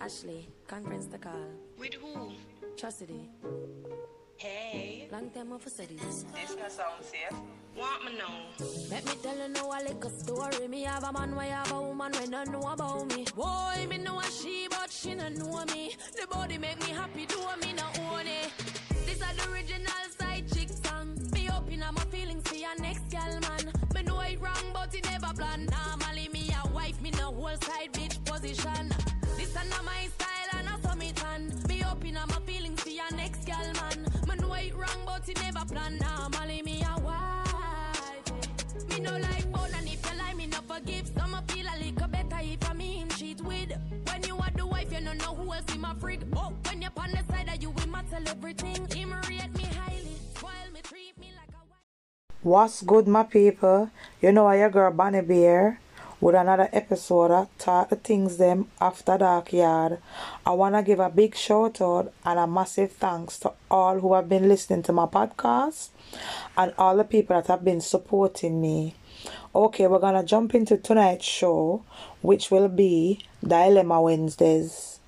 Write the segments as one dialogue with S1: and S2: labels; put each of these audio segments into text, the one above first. S1: Ashley, conference the call.
S2: With who?
S1: Chastity,
S2: Hey.
S1: long time of cities.
S2: This no sound safe. Want me know?
S1: Let me tell you now a little story. Me have a man, why have a woman when I know about me. Boy, me know a she, but she no know me. The body make me happy, do me no own it. This are the original side chick song. Me open up my feelings for your next girl, man. Me know it wrong, but it never plan. Normally me a wife, me no whole side bitch position. This a not my style and I saw me tan. Me open up my feelings for your next girl, man. Me know it wrong, but it never plan. Normally me a wife. Me no like phone and if you lie, me no forgive. Some a feel a little better if I me him cheat with. When you are the wife, you no know who else in my freak. Oh, when you're on the side, that you will matter everything. Him rate me highly, while me treat me like a wife.
S3: What's good, my people? You know, I your girl Bonnie Bear with another episode of Talk the Things Them After Dark Yard. I want to give a big shout out and a massive thanks to all who have been listening to my podcast and all the people that have been supporting me. Okay, we're going to jump into tonight's show, which will be Dilemma Wednesdays.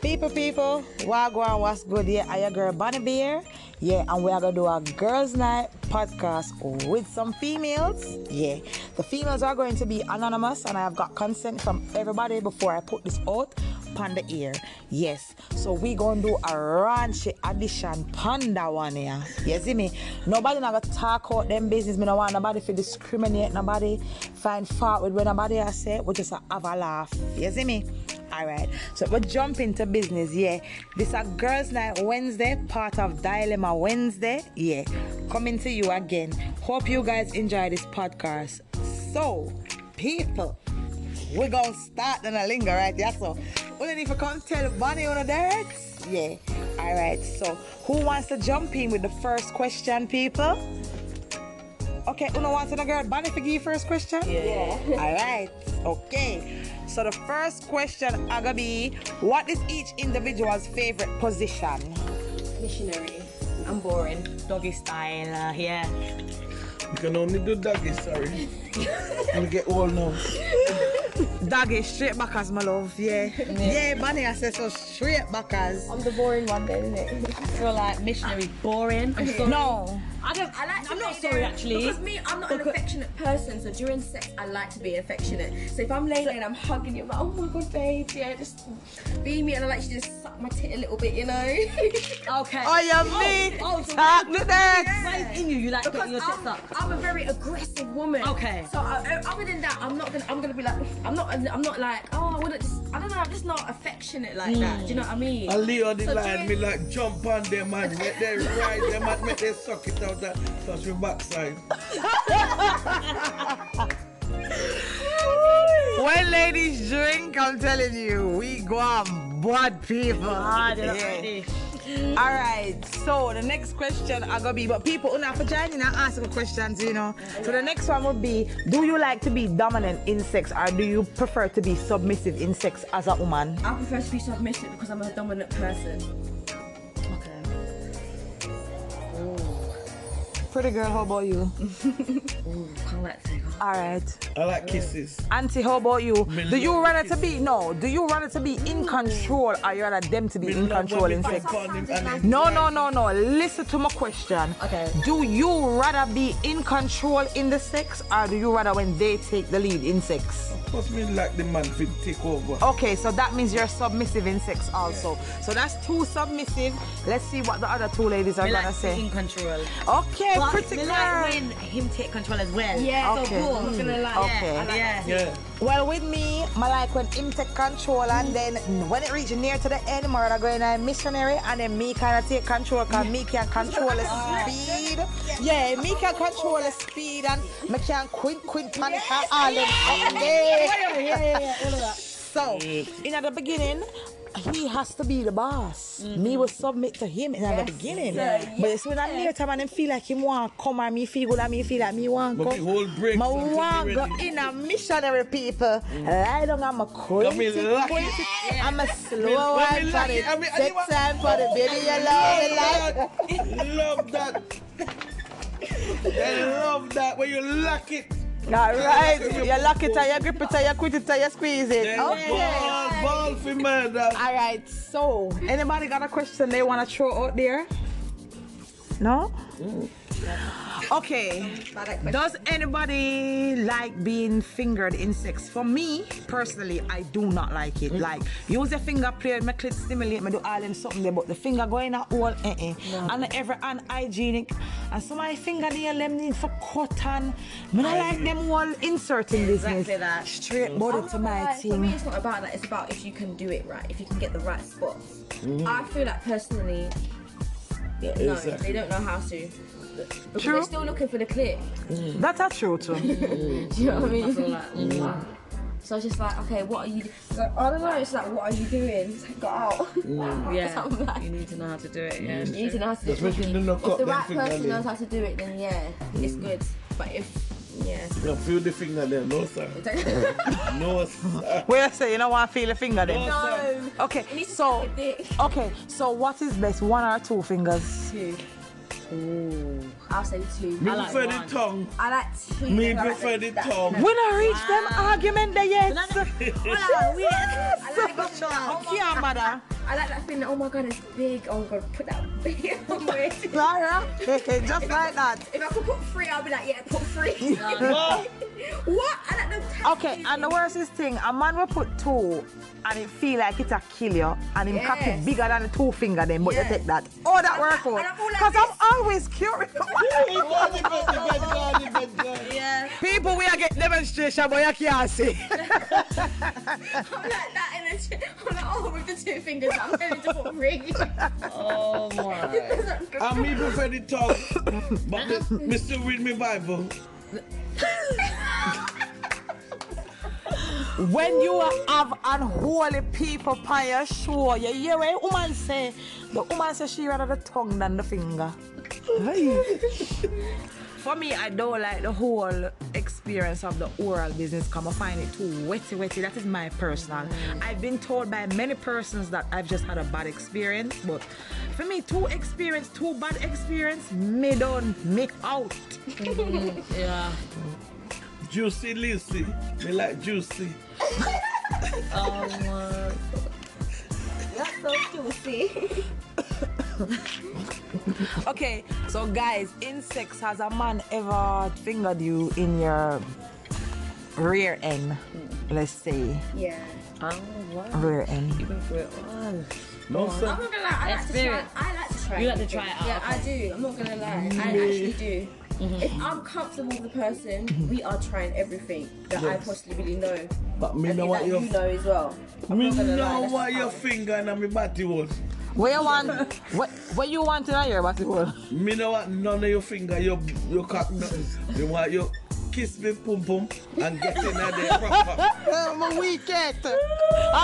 S3: People, people, Wagwan, what's good? Yeah, are your girl Bonnie Beer? Yeah, and we are gonna do a girls' night podcast with some females. Yeah, the females are going to be anonymous, and I have got consent from everybody before I put this out upon the air. Yes, so we gonna do a raunchy addition panda one here. You see me? Nobody not gonna talk out them business. Me no want nobody to discriminate. Nobody find fault with what nobody I say. We just have a laugh. You see me? All right, so we'll jump into business. Yeah, this a Girls Night Wednesday, part of Dilemma Wednesday. Yeah, coming to you again. Hope you guys enjoy this podcast. So, people, we're gonna start and a linger, right? Yeah, so we don't need to come tell Bonnie on the direct. Yeah, all right, so who wants to jump in with the first question, people? Okay, Una wants to know, girl. Bonnie, for give you first question? Yeah. All right. Okay. So the first question are gonna be, what is each individual's favorite position?
S4: Missionary. I'm boring. Doggy style, uh, yeah.
S5: You can only do doggy, sorry. you get old now.
S3: Doggy, straight backers, my love. Yeah. Yeah, Bonnie, I said so straight backers.
S4: I'm the boring one then, isn't it? So like missionary boring. I'm sorry. Oh,
S3: No.
S4: I don't I like I'm not sorry actually.
S6: Because me, I'm not an affectionate person, so during sex, I like to be affectionate. So if I'm laying there and I'm hugging you, I'm like, oh my god, babe, yeah, just be me, and I like to just suck my tit a little bit, you know?
S4: Okay.
S3: Oh, you mean
S4: oh, so
S3: talk to that?
S4: What is in you? You like
S6: because
S4: getting your tits
S6: I'm,
S4: up.
S6: I'm a very aggressive woman.
S4: Okay.
S6: So I, uh, other than that, I'm not gonna, I'm gonna be like, I'm not, I'm not like, oh, I wouldn't, just, I don't know, I'm just not affectionate like that. Do you know what I mean?
S5: I lay on the
S6: So
S5: line,
S6: during-
S5: me like jump on them and make them ride them and make them suck it out and touch me backside.
S3: When ladies drink, I'm telling you, we go on bad people.
S4: Ah, they're not
S3: Yeah.
S4: ready.
S3: All right, so the next question I gonna be, but people una for joining and asking questions, you know. So the next one will be, do you like to be dominant in sex, or do you prefer to be submissive in sex as a woman?
S6: I prefer to be submissive because I'm a dominant person.
S4: Okay.
S3: Pretty girl, how about you?
S4: Can't let it go.
S3: All right,
S5: I like kisses.
S3: Auntie, how about you?
S5: Me
S3: Do you
S5: love
S3: rather to be no? Do you rather to be in control, or you rather them to be
S5: Me
S3: in
S5: love
S3: control
S5: when me
S3: in sex?
S5: fuck on him and him
S3: No, no, no, no. Listen to my question.
S4: Okay.
S3: Do you rather be in control in the sex or do you rather when they take the lead in sex?
S5: Plus me like the man fit take over.
S3: Okay, so that means you're submissive in sex also. So that's two submissive. Let's see what the other two ladies are
S4: Me
S3: gonna
S4: like
S3: say.
S4: taking control.
S3: Okay,
S4: But
S3: pretty
S4: me
S3: girl.
S4: like when him take control as well.
S6: Yeah,
S3: Okay.
S6: so cool. I'm not gonna lie.
S3: Okay.
S6: I like
S4: Yeah.
S5: Yeah.
S3: Well, with me, I like when him take control and then when it reaches near to the end, more I go in a missionary and then me kind of take control because me can control the speed. Yeah, me can control the speed and me can quint, quint, panic and all them. Yeah, So, in the beginning, he has to be the boss. Me will submit to him in the beginning. But it's when I'm near time and him feel like him want come and me feel good and me feel like me want
S5: But
S3: come.
S5: the whole break,
S3: My
S5: something
S3: want go
S5: ready.
S3: in a missionary people. Eh, Lie down, I'm a crazy.
S5: lock it.
S3: crazy. I'm a
S5: Me-
S3: slow
S5: when
S3: one
S5: me
S3: for
S5: lock
S3: the
S5: it, I mean, I
S3: sex
S5: want-
S3: and for the baby you love me like.
S5: Love that. love that. They love that when you lock it.
S3: All right. You lock it, you grip it, you quit it, you squeeze it.
S5: Then
S3: Okay.
S5: Ball, ball for murder.
S3: All right. So, anybody got a question they want to throw out there? No. Okay. Does anybody like being fingered insects? For me personally, I do not like it. Like use your finger, play with my clit, stimulate me, do all them something there, but the finger going out all eh eh. And every unhygienic. And so my finger there, them need for cotton. Me not like them all inserting business.
S4: Exactly that.
S3: Straight body to my
S6: Right, For me,
S3: thing.
S6: it's not about that. It's about if you can do it right, if you can get the right spots. I feel like personally, yeah, no, they don't know how to. Because
S3: True.
S6: they're still looking for the clip.
S3: That's a true too.
S6: Do you know what I mean? So it's just like, okay, what are you? it's Like, I don't know. It's like, what are you doing? It's like, Got out.
S4: Yeah.
S6: Something like-
S4: You need to know how to do it. Yeah.
S6: You need to know how to do it.
S5: Especially when
S6: properly.
S5: they knock
S6: Mm. If
S5: up
S6: the
S5: them
S6: right
S5: finger
S6: person
S5: there.
S6: knows how to do it, then yeah, it's good. But if yeah,
S5: No, feel the finger there. No, sir. No, sir.
S3: Where you say you don't want to feel a finger then?
S5: No.
S3: Okay.
S6: need to
S3: So
S6: suck your dick.
S3: okay. So what is best? One or two fingers?
S6: two. I'll say two.
S5: Me
S6: I like,
S5: prefer the tongue.
S6: I like two.
S5: Me
S6: I like
S5: prefer the tongue.
S3: We don't reach them argument there yet.
S6: Hold on, we- I like that
S3: Jesus. Yeah, mother.
S6: I like that thing. that, Oh my god, it's big. Oh my god, put that big on my
S3: Clara, just like that.
S6: If I could put three, I'll be like, yeah, put three. what? I like them. tiny
S3: Okay, and the worst is thing, a man will put two and it feel like it's a kill you and him cock it
S6: Yes.
S3: bigger than the two finger then, but
S6: Yes.
S3: you take that. Oh, that
S6: And
S3: work
S6: I-
S3: out.
S6: and I'm all like
S3: Because I'm
S6: this.
S3: always curious.
S4: Yeah.
S3: People, we are get demonstration, but you can't see.
S6: I'm like that, and then she- I'm like, oh, with the two fingers, I'm going to put three.
S4: Oh my.
S5: And me prefer the tongue. But me, me still read me Bible.
S3: When you have unholy people by your shore, you hear what a woman say? The woman says she rather the tongue than the finger. For me, I don't like the whole experience of the oral business come. I find it too wetty wetty. That is my personal. I've been told by many persons that I've just had a bad experience, but for me, two experience, two bad experience, me don't make out.
S4: Yeah.
S5: Juicy Lucy. Me like juicy.
S4: Oh my.
S3: Okay, so guys, insects, has a man ever fingered you in your rear end? Let's say
S6: Yeah.
S4: Oh wow.
S3: rear end.
S4: You went for it all.
S5: No, sir.
S6: I'm not gonna lie, I like to try.
S4: Experience.
S6: I like to try.
S4: You like to try
S6: everything. Yeah, I
S4: it out, Mm-hmm.
S6: do. I'm not gonna lie. I actually do. If I'm comfortable with the person, we are trying everything that I possibly know.
S5: But me
S6: and
S5: know
S6: that
S5: what
S6: you
S5: your
S6: know as well. I'm
S5: me
S6: not gonna lie,
S5: know
S6: that's
S5: what
S6: just
S5: your
S6: how-
S5: finger and my body was.
S3: Where you want? what, what you want in your basketball?
S5: Me know what none of your finger, your your cock nothing. Me want you kiss me pum pum and get in there proper.
S3: I'm a wicked.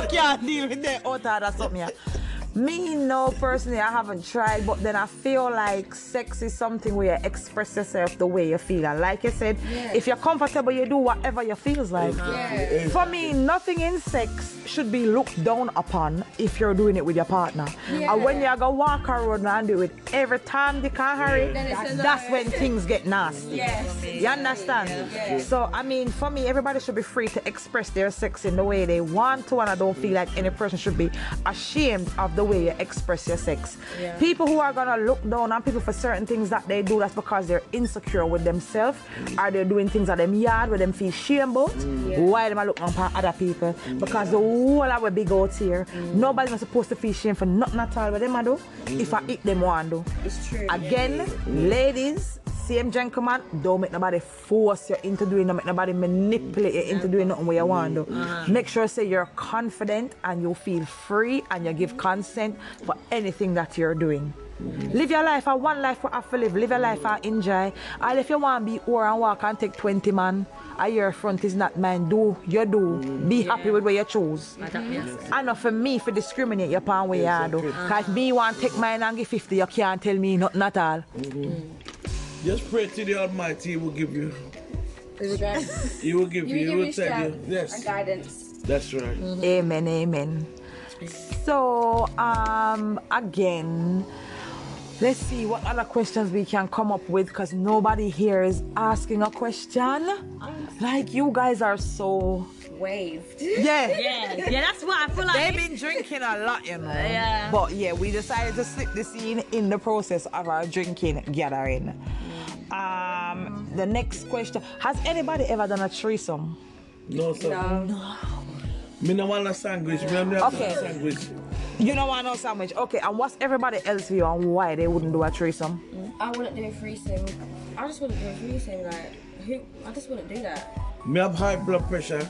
S3: I can't deal with that Oh, otter or something. yeah. Me, no, personally, I haven't tried, but then I feel like sex is something where you express yourself the way you feel. And like you said, if you're comfortable, you do whatever you feels like. For me, nothing in sex should be looked down upon if you're doing it with your partner. And when you go walk around and do it every time they can hurry,
S6: Then it's
S3: that-
S6: a no.
S3: that's when things get nasty.
S6: Yes.
S3: You understand? So I mean, for me, everybody should be free to express their sex in the way they want to, and I don't feel like any person should be ashamed of the way you express your sex. People who are gonna look down on people for certain things that they do, that's because they're insecure with themselves, or they're doing things at them yard where them feel shame about. Why them a look down upon other people? Because the whole our big out here, nobody not supposed to feel shame for nothing at all. What them a do? If I eat them one do.
S6: It's true.
S3: Again, ladies, same gentleman, don't make nobody force you into doing, don't make nobody manipulate you into doing nothing where you want to. Make sure say you're confident and you feel free and you give consent for anything that you're doing. Live your life. I one life for have to live. Live your life. I enjoy. And if you want to be or and walk and take 20 man, I your front is not mine. Do you do. Be happy with what you choose. I know for me, for discriminate your pound way I do. Cause me want take mine and give 50, you can't tell me nothing at all.
S5: Just pray to the Almighty, He will give you. He will give you.
S6: You
S5: He
S6: give me
S5: will tell you.
S6: strength and
S5: Yes,
S6: guidance.
S5: that's right.
S3: Amen, amen. So, um, again, Let's see what other questions we can come up with because nobody here is asking a question. Like, you guys are so.
S6: Waved.
S3: Yeah.
S4: Yeah, yeah, that's what I feel
S3: They've
S4: like.
S3: been drinking a lot, you know.
S4: Yeah.
S3: But yeah, we decided to slip this in in the process of our drinking gathering. Um, the next question: Has anybody ever done a threesome?
S5: No, sir. Me no want a sandwich. Me no want
S3: Okay.
S5: a sandwich.
S3: You know, I know sandwich. Okay, and what's everybody else view on why they wouldn't do a threesome?
S6: I wouldn't do a threesome. I just wouldn't do a threesome. Like, who? I just wouldn't do that.
S5: Me have high blood pressure.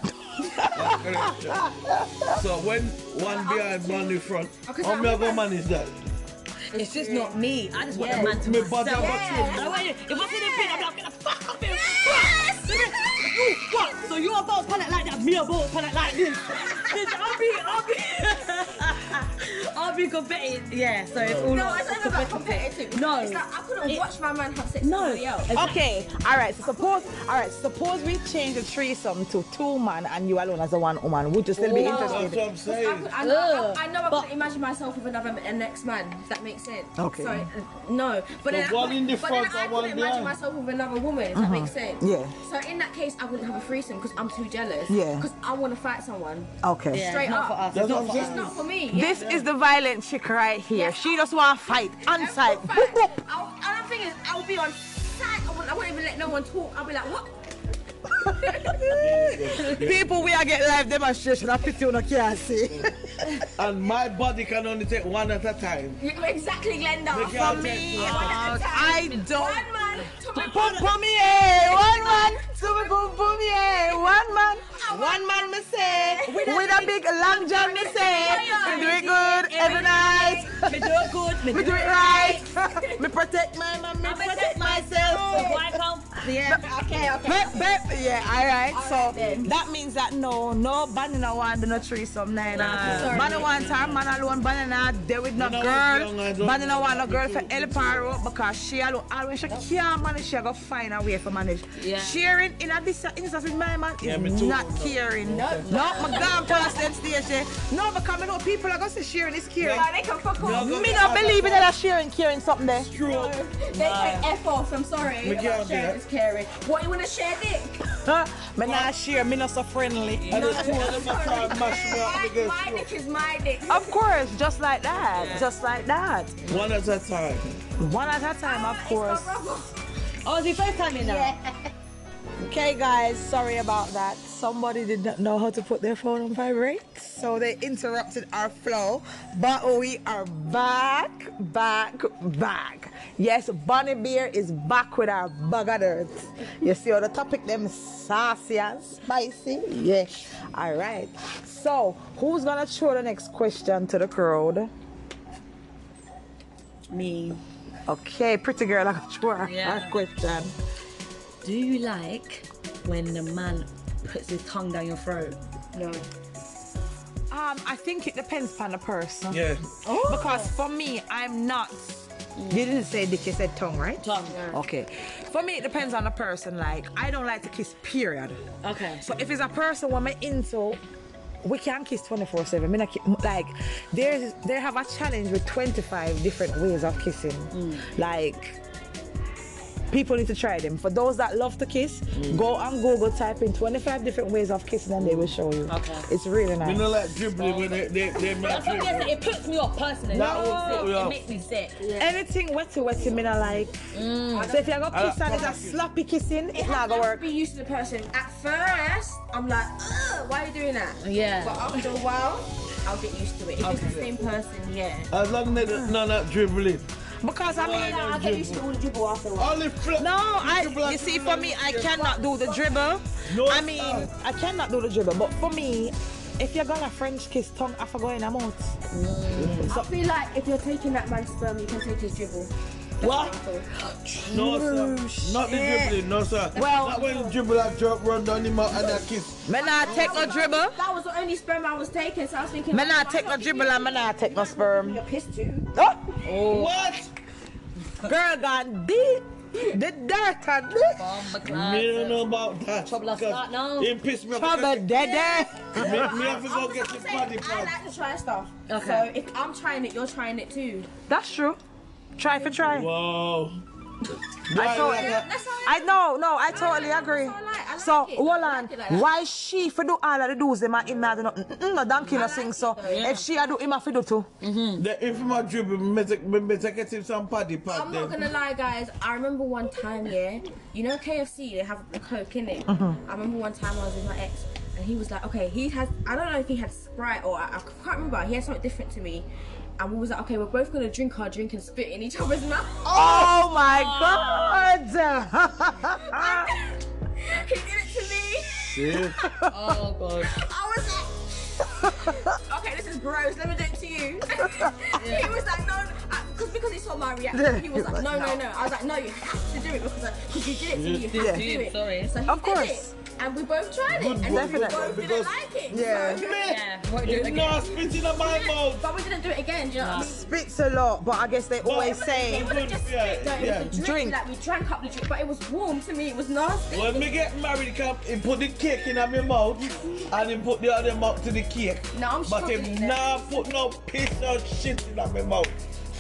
S5: so when one behind, one in front, how me ever manage that?
S4: It's just not me. I just want
S6: Yeah.
S4: a man to
S5: Me
S4: myself.
S5: body
S4: I don't want you- If I see the pin, I'm like, get the fuck up here. Fuck. You fuck. So you about to panic like that, me about to panic like this. Bitch, I'll be, I'll be, I'll be competitive. Yeah, so it's all
S6: No, it's not about competitive.
S4: No.
S6: It's like I couldn't watch my man have sex
S4: No. Uh,
S6: with somebody else.
S3: Okay, all right. So suppose, all right. Suppose we change the threesome to two man and you alone as a one woman. Would you still be
S5: That's
S3: interested?
S5: what I'm saying.
S6: I know,
S4: Ugh.
S6: I, I know I
S4: But-
S6: couldn't imagine myself with another an next man. If that makes sense.
S3: Okay.
S6: So, uh, no, but then, I
S5: one
S6: couldn't-
S5: in the
S6: but then
S5: front
S6: I
S5: and one
S6: couldn't imagine
S5: behind.
S6: myself with another woman. If that makes sense.
S3: Yeah.
S6: So in that case, I wouldn't have a threesome because I'm too jealous.
S3: Yeah.
S6: Because I want to fight someone.
S3: Okay.
S4: Yeah,
S6: Straight
S4: it's not
S6: up.
S4: for us.
S5: That's
S4: It's not
S5: what I'm
S4: for us.
S5: saying.
S6: It's not for me. yeah.
S3: This is the violent chick right here. She just want to fight on
S6: I'm
S3: site.
S6: so fat.
S3: Boop, boop.
S6: I'll- Another thing is, I'll be on site. I won't, I won't even let no one talk. I'll be like, what?
S3: People, we are get live demonstration. I pity you no can see.
S5: And my body can only take one at a time.
S6: You- Exactly, Glenda.
S5: Look
S6: For
S5: out,
S6: me,
S5: Glenda.
S6: one at a
S3: I
S6: time.
S3: don't.
S6: One man, two
S3: Pum pum yeah, one man. So we pum pum yeah, one man. One man me say, with a big long john me say, we do it good every night.
S4: Me do it good. Me
S3: We do it right. me protect my man, me protect myself.
S4: Why come? Yeah.
S6: Okay, okay.
S3: Bep, bep. Yeah, all right. so
S6: right then.
S3: that means that no, no banana one, no threesome, nine.
S4: Sorry.
S3: Banana one time, man alone, banana there with no
S5: Banana
S3: girl.
S5: young, I don't
S3: Banana
S5: know.
S3: one, no girl for El Paro because she alone always she can't manage. She gotta find a way for manage.
S4: Yeah.
S3: Sharing in a dis- instance with my man is
S5: Yeah, me too.
S3: not caring. No, my damn past them station. No, because I know people are gonna say sharing is caring.
S6: Like, they can fuck off.
S5: No,
S3: Me not believe in that sharing, caring something there.
S5: True.
S6: They can F off, I'm sorry.
S5: We
S6: about
S5: can't do
S6: sharing
S5: that.
S6: is caring. What, you want to share dick?
S3: Huh? Me not share, me not so friendly.
S5: And the two of them are trying to mash me up
S6: My,
S5: because
S6: my dick is my dick.
S3: Of course, just like that, just like that.
S5: one at a time.
S3: One at a time, of course.
S4: Oh, it's the first time you know.
S3: Okay, guys, sorry about that. Somebody did not know how to put their phone on vibrate, so they interrupted our flow. But we are back, back, back. Yes, Bonnie Beer is back with our buggered. You see how the topic them saucy and spicy? Yeah. All right. So, who's gonna throw the next question to the crowd?
S4: Me.
S3: Okay, pretty girl, I got your
S4: Yeah.
S3: question.
S4: Do you like when the man puts his tongue down your throat?
S6: No.
S3: Um, I think it depends upon the person.
S5: Yeah.
S3: Oh. Because for me, I'm not. You didn't say dick, you said tongue, right?
S4: Tongue.
S3: Okay. For me, it depends on the person. Like, I don't like to kiss, period.
S4: Okay.
S3: So if it's a person what I'm into, we can kiss 24 7. Like, there's, they have a challenge with 25 different ways of kissing. Mm. Like, people need to try them. For those that love to kiss, go on Google, type in 25 different ways of kissing, and they will show you.
S4: Okay.
S3: It's really
S5: You
S3: nice.
S5: know, like dribbling when they they they
S4: The
S5: make
S4: thing is,
S5: dribble.
S4: it puts me off personally.
S5: That will put you
S4: it
S5: off.
S4: makes me sick.
S3: Anything wetty wetty, me not like. So if you go kiss and it's a sloppy kissing, it's not gonna work.
S6: Be used to the person. At first, I'm like, Ugh, why are you doing that?
S4: Yeah.
S6: But after a while, I'll get used to it. If it's the same person, yeah.
S5: As long as they no not dribbling.
S3: Because I mean,
S6: Yeah, I'll get used to all the dribble after a while.
S5: Only flip.
S3: No, I. You see, for me, I cannot do the dribble.
S5: No,
S3: I mean, I cannot do the dribble. But for me, if you're gonna French kiss tongue, I forgot in a mouth.
S6: I feel like if you're taking that man's sperm, you can take his dribble.
S3: What?
S5: No sir. Not the dribbling. No sir.
S3: Well-
S5: not when the dribble I drop run down him out and I kiss.
S3: Me not take no dribble.
S6: That was the only sperm I was taking, so I was thinking.
S3: Me not
S6: why
S3: take no
S6: not?
S3: dribble and me not take no sperm.
S6: You're pissed too.
S3: Oh,
S5: What?
S3: girl gone deep. The dirt and the
S4: uh,
S5: Me don't know about that.
S4: Trouble us
S5: because
S4: not now.
S5: It pissed me off.
S3: trouble dead.
S5: Me, me have to go
S6: I'm
S5: get
S6: saying,
S5: his body
S6: I
S5: part.
S6: like to try stuff.
S4: Okay.
S6: So if I'm trying it, you're trying it too.
S3: That's true. Try for try.
S5: Wow.
S3: I
S5: Why
S3: saw
S5: like
S3: it.
S5: that?
S6: That's how
S3: I know, no, I totally agree.
S6: Ah, I like- I like
S3: so,
S6: it. I
S3: hold
S6: like
S3: on.
S6: it like that.
S3: Why she for do all of the do's them and him not do nothing? Mm-mm, mm, No, donkey no sing so. If she a do him a fi do too.
S5: The infamous drip, me take, me, me take it in some paddy pot
S6: I'm
S5: then.
S6: not gonna lie, guys. I remember one time, yeah. You know KFC, they have the Coke in it. I remember one time I was with my ex, and he was like, okay, he has. I don't know if he had Sprite or I, I can't remember. He had something different to me, and we was like, okay, we're both gonna drink our drink and spit in each other's mouth.
S3: Oh my
S6: Ah.
S3: God!
S6: he did it to me.
S5: Yeah.
S4: Oh god.
S6: I was like, okay, this is gross. Let me do it to you. he was like, no, because because he saw my reaction, he was like, no, no, no. I was like, no, you have to do it because because you did it to me. You have to do it.
S4: Sorry.
S6: So he
S3: Of
S6: did
S3: course.
S6: it, and we both tried it, and we
S3: Definitely.
S6: both
S5: Because-
S6: didn't like it.
S3: Yeah.
S6: So-
S4: Yeah. What do you
S5: It's
S4: again?
S5: not spitting on my mouth.
S6: But we didn't do it again. Do you know what I mean?
S3: Spits a lot, but I guess they always say.
S6: It wasn't just
S5: Yeah,
S6: spit, though. It
S5: yeah.
S6: was the
S3: Drink.
S6: drink. Like we drank up the drink, but it was warm to me. It was nasty.
S5: When we get married, come and put the cake in my mouth and then put the other mouth to the cake.
S6: No, I'm
S5: But
S6: struggling
S5: if
S6: there.
S5: now put no piss or shit in my mouth.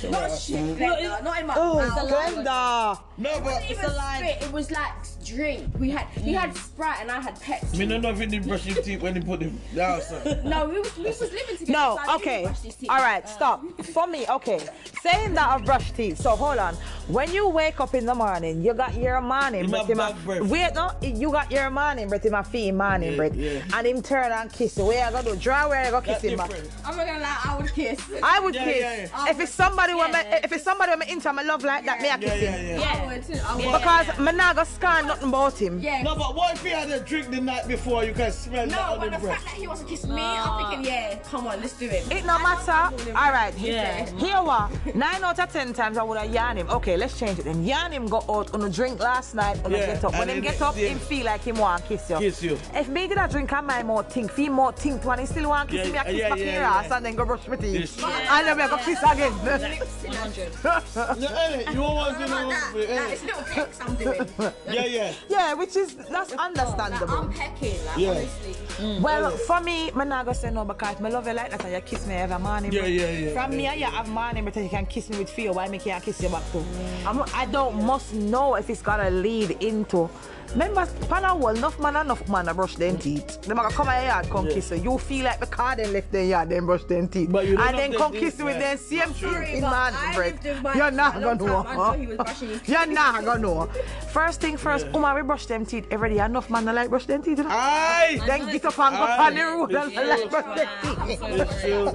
S6: Not shit, Glenda. Not in my
S3: Oh,
S6: mouth.
S3: Glenda!
S5: No, but
S6: Even spit, it was like drink. We had he had Sprite and I had Pepsi.
S5: me no know if you did brush your teeth when you put the down, sir.
S6: No, we was, we was living together.
S3: No,
S6: so I didn't
S3: okay.
S6: brush these teeth.
S3: All right,
S6: Uh,
S3: stop. For me, okay. Saying that I've brushed teeth. So hold on. When you wake up in the morning, you got your morning
S5: You
S3: breath.
S5: have
S3: in my-
S5: bad breath.
S3: Wait, no, you got your morning breath in my feet, morning
S5: Yeah,
S3: breath.
S5: yeah.
S3: And him turn and kiss you. Where I gotta do? Draw where I go kiss
S5: That's
S3: him. back.
S5: different.
S6: I'm not gonna lie, I would kiss.
S3: I would
S5: Yeah,
S3: kiss.
S5: yeah, yeah.
S3: If it's somebody when me, if it's somebody when me into my love like that, me I
S5: Yeah,
S3: kiss him.
S5: yeah, yeah.
S6: I would too. I would.
S3: Because me nah go scan nothing about him.
S6: Yeah.
S5: No, but what if you had a drink the night before? You can smell that
S6: No,
S5: on
S6: but
S5: the
S6: the fact
S5: breath.
S6: that he wants to kiss me, I'm thinking, yeah, come on, let's do it.
S3: It no matter. All right.
S4: Yeah.
S3: Here what? Nine out of ten times I would have yarn him. Okay, let's change it then. Yarn him go out on a drink last night on a
S5: Yeah,
S3: get up. When
S5: and
S3: him
S5: then-
S3: get up,
S5: yeah.
S3: him feel like him want kiss you.
S5: Kiss you.
S3: If me did a drink and my more think, feel more think one, he still want kiss
S5: Yeah,
S3: me, I kiss
S5: yeah,
S3: back in
S5: yeah,
S3: your
S5: yeah.
S3: ass and then go brush my teeth.
S5: Yes.
S3: And then we go kiss again.
S4: 100.
S5: No, eh, you want to
S6: Like that,
S5: do
S6: like,
S5: eh.
S6: it's little pecks I'm doing. Like,
S5: Yeah, yeah.
S3: yeah, which is that's understandable.
S6: I'm pecking, like,
S5: Yeah.
S6: honestly.
S3: Well,
S5: uh,
S3: for me, I'm not gonna say no because my love you like that and you kiss me every morning.
S5: Yeah,
S3: but
S5: yeah, yeah.
S3: From me, you have morning, but you can kiss me with fear. Why me can't kiss you back too? I'm, I don't must know if it's gonna lead into. Remember, pana well, enough man, enough man, I brush them teeth. Them gonna come here and come kiss you. You feel like the car then left their yard, then brush them teeth,
S5: But you don't
S3: and then
S5: have
S3: come
S5: them
S3: kiss
S5: teeth,
S3: you with
S5: yeah.
S3: them same
S6: Sorry,
S3: teeth in
S6: but
S3: man's
S6: I
S3: breath.
S6: lived in my
S3: You're
S6: house
S3: not
S6: for a long
S3: gonna know.
S6: time. I know he was brushing his
S3: You're not gonna know. First thing first,
S5: Yeah.
S3: Uma, we brush them teeth every day. Enough man, I like brush them teeth. you know?
S5: Aye!
S3: Then get up and go
S5: Aye.
S3: on the road and
S5: Yeah.
S3: like protect it.
S5: It's you.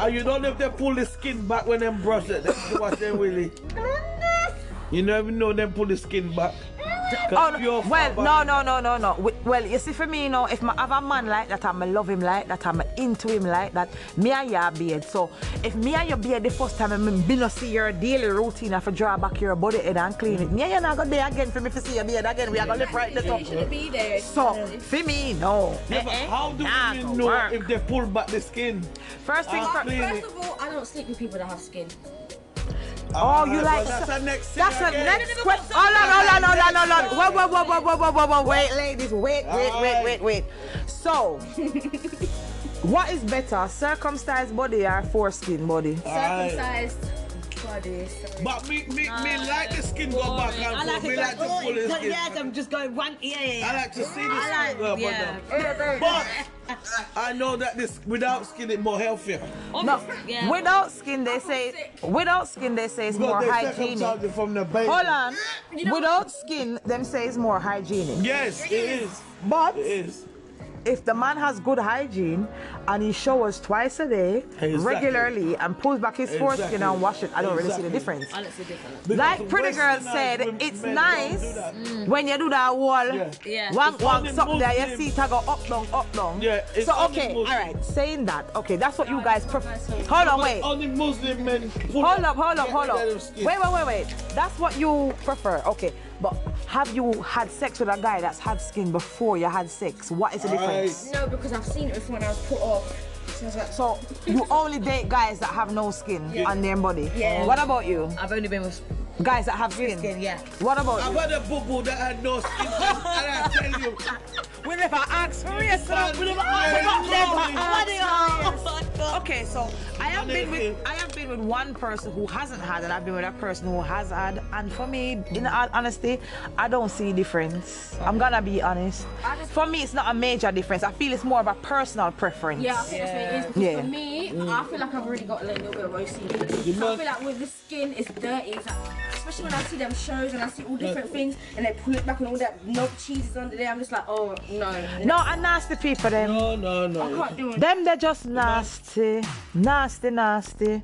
S5: And you don't know if they pull the skin back when them brush it. That's what they really. You never know them pull the skin back. 'Cause
S3: Oh, no.
S5: pure fat
S3: well,
S5: body.
S3: no, no, no, no, no. We- Well, you see, for me, you know, if my other man like that, I'm love him like that, I'm into him like that, me and your beard. So, if me and your beard the first time, I'm gonna see your daily routine, I have to draw back your body head and clean it. Me and you're not gonna there again for me to see your beard again. We are gonna live right this
S6: You
S3: up.
S6: shouldn't be there.
S3: So, for me, no.
S5: Yeah, but
S3: Eh-eh.
S5: how do
S3: eh, Nah,
S5: you
S3: go
S5: know
S3: work.
S5: if they pull back the skin?
S3: First thing
S5: Ah,
S3: first.
S5: please.
S6: First of all, I don't sleep with people that have skin.
S3: Oh,
S5: Ah,
S3: you
S5: but
S3: like
S5: that's the next thing
S3: That's the
S5: again.
S3: next Oh, question. Hold on, hold on, hold on, hold on. Whoa, whoa, whoa, whoa, whoa, whoa, whoa, whoa. Wait, ladies, wait, wait, wait, wait, wait. So, what is better, circumcised body or foreskin body?
S5: Aye.
S6: Circumcised body. sorry.
S5: But me, me, me like the skin go back and
S4: I like
S5: forth. Me
S4: it.
S5: like to
S4: oh,
S5: pull the
S4: it's-
S5: skin.
S4: yes, I'm just going one ear.
S5: I like to see the skin go up and
S4: yeah.
S5: down. But I know that this without skin it's more healthier.
S3: No,
S4: Yeah.
S3: without skin, they say without skin, they say it's more
S5: Because they
S3: hygienic.
S5: circumcised it from the baby.
S3: Hold on. Without skin, them say it's more hygienic.
S5: Yes, it is.
S3: But
S5: It is.
S3: if the man has good hygiene and he showers twice a day
S5: Exactly.
S3: regularly and pulls back his foreskin
S5: Exactly.
S3: and wash it, I don't really see the
S5: Exactly.
S3: difference.
S4: I don't see difference.
S5: Because
S3: Like Pretty Girl
S5: westernized
S3: said,
S5: women-
S3: it's
S5: men don't
S3: nice
S5: do that.
S3: when you do that wall.
S5: Yeah.
S4: Yeah.
S3: Wank,
S5: It's
S3: wank,
S5: only
S3: something there, you
S5: Muslim.
S3: see it a go up, down, up, down.
S5: Yeah, it's
S3: So,
S5: only
S3: okay, all
S5: Muslim.
S3: right, saying that, okay, that's what you guys prefer.
S6: sorry.
S3: Hold on,
S5: But
S3: wait.
S5: Only Muslim men. pull
S3: Hold up, hold up,
S5: get
S3: hold up.
S5: rid of
S3: Wait,
S5: skin.
S3: wait, wait, wait. That's what you prefer, okay. But have you had sex with a guy that's had skin before you had sex? What is the difference?
S6: No, because I've seen it before and I was put off. So I was like,
S3: So, you only date guys that have no skin on their body.
S6: Yeah.
S3: What about you?
S4: I've only been with
S3: Guys that have skin? Uh,
S4: skin, yeah.
S3: What about you?
S5: I've had a boo boo that had no skin, and I tell you,
S3: We never ask for
S5: yourself. We never ask for yourself.
S3: never ask. oh Okay, so I have been with I have been with one person who hasn't had, and I've been with a person who has had. And for me, in all honesty, I don't see a difference. I'm gonna be honest. For me, it's not a major difference. I feel it's more of a personal preference.
S6: Yeah, I think that's what it is.
S3: Yeah.
S6: For me, I feel like I've already got like, a little bit of roasting. I feel like with the skin, it's dirty. It's like, especially when I see them shows and I see all different things and they pull it back and all that knob cheese is under there. I'm just like, oh no,
S3: No, and nasty people them.
S5: No, no, no.
S6: I can't do it.
S3: Them they're just nasty, nasty, nasty.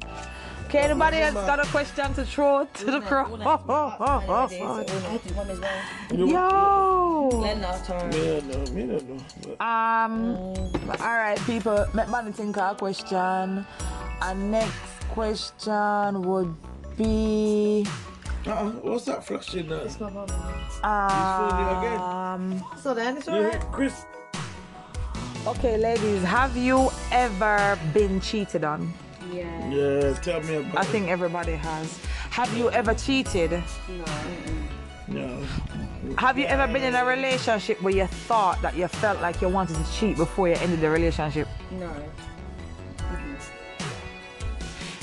S3: Okay, anybody else got a question to throw to the crowd?
S6: I do one as well.
S3: Yo.
S4: Then now, Tara.
S5: Me don't know. Me don't know. But
S3: Um, all right, people. Make money think of a question. Our next question would be
S5: uh-uh, what's that flashing now? It's again.
S3: um.
S4: So then, it's
S5: You
S4: alright.
S5: hit Chris.
S3: Okay, ladies, have you ever been cheated on?
S6: Yeah.
S5: Yeah, tell me about
S3: I think everybody has. Have you ever cheated?
S5: it. No.
S3: Have you ever been in a relationship where you thought that you felt like you wanted to cheat before you ended the relationship?
S6: No.
S3: Mm-hmm.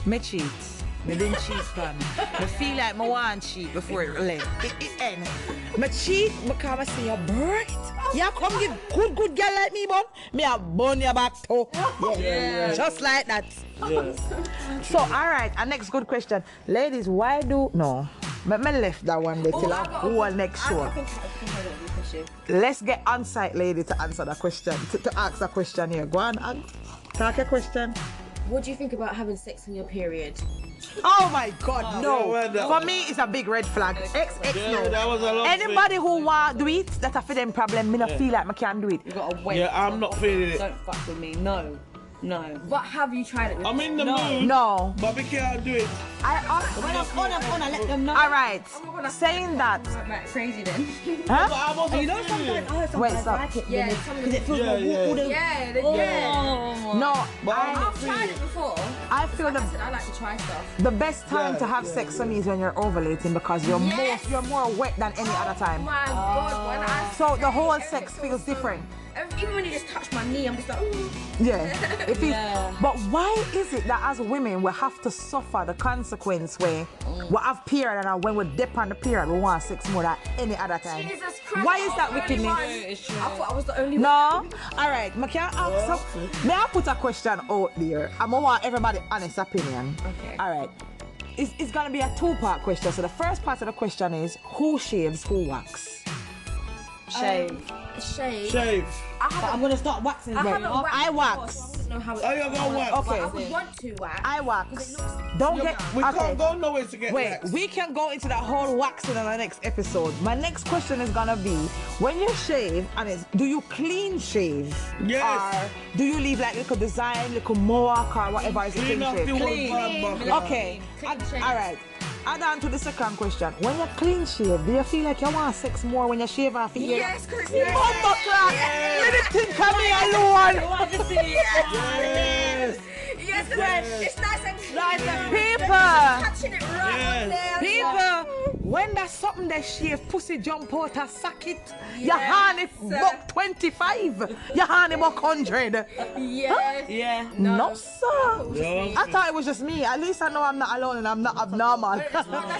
S3: Me cheat. Me didn't cheat, man. Me feel like me want cheat before it left. It, it end. Me cheat because I see you bright. You come give good, good girl like me, bun. Me a bun your back too. Yeah. Just like that. So, all right. Our next good question. Ladies, why do... No. Me, me left that one there till Oh, I whole next show. Let's get on-site lady to answer that question. To, to ask that question here. Go on. um, ask- Talk your question.
S6: What do you think about having sex on your period?
S3: Oh my God,
S5: Yeah, well,
S3: no.
S5: that-
S3: For me, it's a big red flag. X, X,
S5: Yeah,
S3: no.
S5: that was a long
S3: Anybody who want do it, that's a for them problem. Me not feel like I can do it.
S4: You gotta wait.
S5: Yeah, I'm not feeling it.
S4: Don't fuck with me. No. No.
S6: But have you tried it?
S5: I'm in the mood,
S3: No.
S5: but we can't do it.
S3: I,
S4: When I'm on, I'm on. I let them know.
S3: all right. Saying that.
S6: Right, crazy then.
S5: But
S3: Huh?
S5: I'm also
S4: You know
S5: feeling
S4: sometimes,
S5: it.
S4: oh, sometimes
S3: Wait,
S4: I
S3: stop.
S4: like it.
S6: Yeah,
S4: Yeah.
S6: some of
S4: Because
S6: the-
S4: it feels like
S5: Yeah,
S4: all
S5: yeah.
S4: the...
S6: yeah, the- yeah.
S3: No.
S5: But I'm
S3: I,
S5: not
S6: I've tried
S5: feeling
S6: it
S5: it.
S6: before.
S3: I feel
S6: Like
S3: the
S6: I said, I like to try stuff.
S3: the best time
S5: Yeah,
S3: to have
S5: yeah,
S3: sex for me is when you're ovulating because you're
S6: Yes.
S3: most you're more wet than any other
S6: Oh
S3: time.
S6: my god, when I
S3: So the whole
S6: everything
S3: sex feels
S6: so-
S3: different.
S6: every- Even when you just touch my knee, I'm just like, ooh.
S3: Yeah. If it's,
S4: Yeah.
S3: But why is it that as women we have to suffer the consequence where we have period and when we dip on the period we want sex more than any other time?
S6: Jesus Christ.
S3: Why is that
S6: I'm the only
S3: wickedness?
S6: one. I thought I was the only
S3: No.
S6: one.
S3: All right. Me can ask some- may I put a question out there? I'm gonna want everybody honest opinion.
S6: Okay.
S3: All right. It's, it's gonna be a two-part question. So the first part of the question is who shaves, who Um, waxes.
S4: Shame.
S6: Shade.
S5: Shave.
S6: I
S4: But
S6: haven't,
S4: I'm gonna start waxing.
S6: I
S4: bro.
S6: haven't waxed
S3: I
S6: before,
S3: wax.
S6: So I wouldn't know how it
S5: Oh, you're gonna wax.
S6: But I
S3: Okay.
S6: would want to wax.
S3: I wax. Don't get.
S5: We
S3: okay.
S5: can't go nowhere to get
S3: Wait,
S5: waxed.
S3: we can go into that whole waxing on the next episode. My next question is gonna be: When you shave, and it's do you clean shave?
S5: Yes.
S3: Or do you leave like little design, little mark, or whatever is a
S5: Clean
S3: clean
S5: up the
S3: shave?
S5: one bad bucket.
S3: Okay. Add- all right. Add on to the second question. When you clean shave, do you feel like you want sex more when you shave off your head?
S6: Yes, Chris. Yes.
S3: Mother clock! You didn't think of me alone!
S5: Yes.
S6: Yes, Chris. It's nice and clean.
S3: Nice and
S6: They're
S3: paper.
S6: Touching it right
S5: Yes.
S6: on there.
S3: People, when there's something that shave, pussy jump out a sack it. Your
S6: Yes.
S3: hand if buck 25, your hand if buck 100.
S6: Yes.
S4: Yeah.
S3: No, sir.
S5: No.
S3: I thought it was just me. At least I know I'm not alone and I'm not abnormal.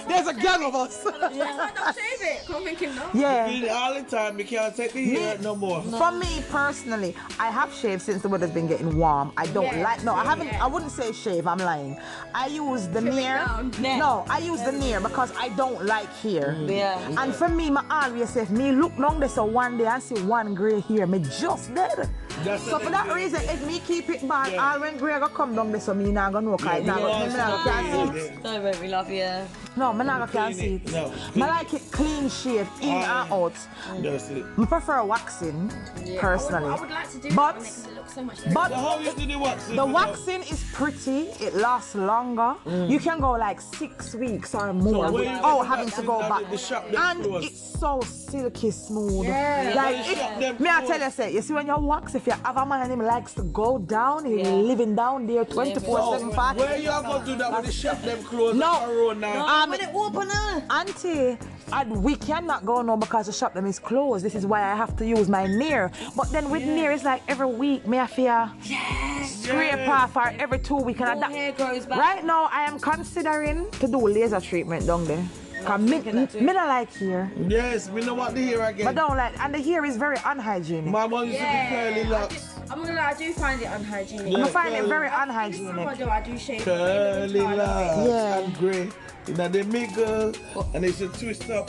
S3: There's a gang of us.
S6: No, don't shave it. I'm thinking, no.
S3: Yeah.
S5: Clean it all the time. We can't take the heat out no more.
S3: For me personally, I have shaved since the weather's been getting warm. I don't
S6: Yeah.
S3: like no, I haven't
S6: Yeah.
S3: I wouldn't say shave, I'm lying. I use the near.
S6: down.
S3: No, I use the near because I don't like hair.
S4: Yeah.
S3: And for me, my always say, if me look long this so one day I see one grey hair, me just dead.
S5: That's
S3: so
S5: it.
S3: for that reason, if me keep it back,
S5: Yeah.
S3: all when grey go come down this so me not gonna know 'cause it not gonna- me not gonna
S5: Yeah.
S3: can see it.
S4: Don't make me laugh, yeah.
S3: No, me not gonna can
S5: Clean
S3: see
S5: it.
S3: it.
S5: No.
S3: Me like it clean shave, in and out.
S5: That's it.
S3: Me prefer waxing
S6: Yeah,
S3: personally.
S6: I would, I would like to do
S3: But-
S6: that one because it looks so much better.
S3: But
S5: So how you do the waxing?
S3: The waxing is pretty. It lasts longer. You can go like six weeks or more
S5: So when you
S3: without
S5: get
S3: having to go
S5: back,
S3: back.
S5: the shop them
S3: And
S5: clothes.
S3: it's so silky smooth.
S6: Yeah.
S3: Like,
S5: They shop them
S3: if, me, I tell you,
S5: clothes.
S3: say, you see, when you wax, if you have a man and him likes to go down, he's
S4: Yeah.
S3: living down there 24 7 party.
S5: Oh, Where you gonna do that with the shop them clothes?
S3: No.
S5: on the road now.
S3: Um,
S4: When it open, uh.
S3: Auntie, and we cannot go now because the shop them is closed. This is why I have to use my near. But then with near, it's like every week, me I feel scrape chop off or every two weeks and
S4: Full
S3: that.
S4: hair grows back.
S3: Right now, I am considering to do laser treatment down there. Cause me,
S4: thinking that too.
S3: me not like hair.
S5: Yes, we know what to hear again.
S3: But don't like, and the hair is very unhygienic.
S5: My mom used to be curly
S6: I
S5: locks.
S6: just- I'm not gonna lie, I do find it unhygienic.
S5: Yeah,
S3: I find it
S5: curly-
S3: very
S6: Every summer
S3: unhygienic.
S6: though, I do shave. it.
S5: Curly locks
S3: Yeah.
S5: and grey. You know, they make uh, and they should twist up.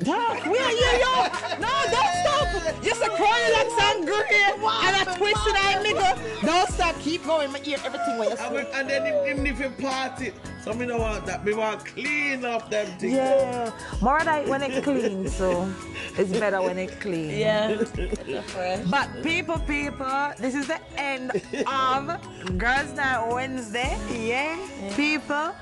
S3: Yeah, we are here, yo. No, don't stop. Just a crying like some girl here, and I twisted that nigga. Don't stop. Keep going. My ear, everything where you
S5: And, we, and then if- even if you part it, so me don't want that. Me want clean up them things.
S3: Yeah, more like when it clean, so it's better when it clean.
S4: Yeah.
S3: But people, people, this is the end of Girls Night Wednesday. Yeah, people.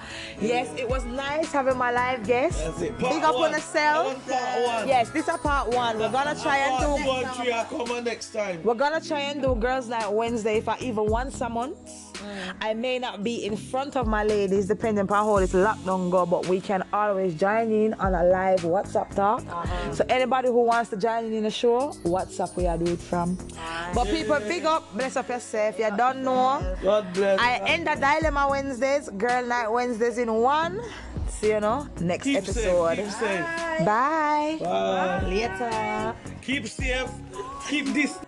S3: Yes, it was nice having my live guest.
S5: That's it. Part
S3: Big up
S5: one.
S3: on yourself.
S5: That was part one.
S3: Yes, this is part one. We're gonna try and do.
S5: Part two, part three, I'll come on next time.
S3: We're gonna try and do girls' night Wednesday for even once a month.
S5: Mm.
S3: I may not be in front of my ladies, depending upon how this lockdown go, but we can always join in on a live WhatsApp talk.
S5: Uh-huh.
S3: So anybody who wants to join in in the show, WhatsApp we are do it from.
S5: Ah,
S3: But people, big up, bless up yourself. You don't know.
S5: God bless.
S3: I end the dilemma Wednesdays, girl night Wednesdays in one. See you know next
S5: keep
S3: episode.
S5: safe. Keep safe.
S3: Bye.
S5: Bye.
S3: Later.
S5: Keep safe. Keep this.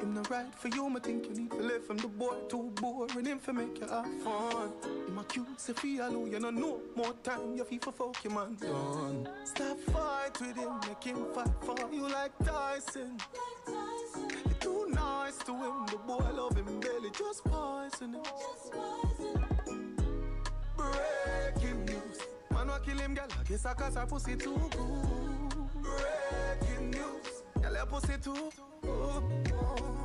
S7: Him the right for you, I think you need to live from the boy too boring him for make you have fun. Him a cute Sophia Lou, you know no more time your FIFA fuck your man done. Stop fight with him, make him fight for you like Tyson. You're too nice to him, the boy love him barely, just poison him. Breaking news, man wa kill him, girl, I guess I cause her pussy too good. Breaking news, girl, your pussy too good.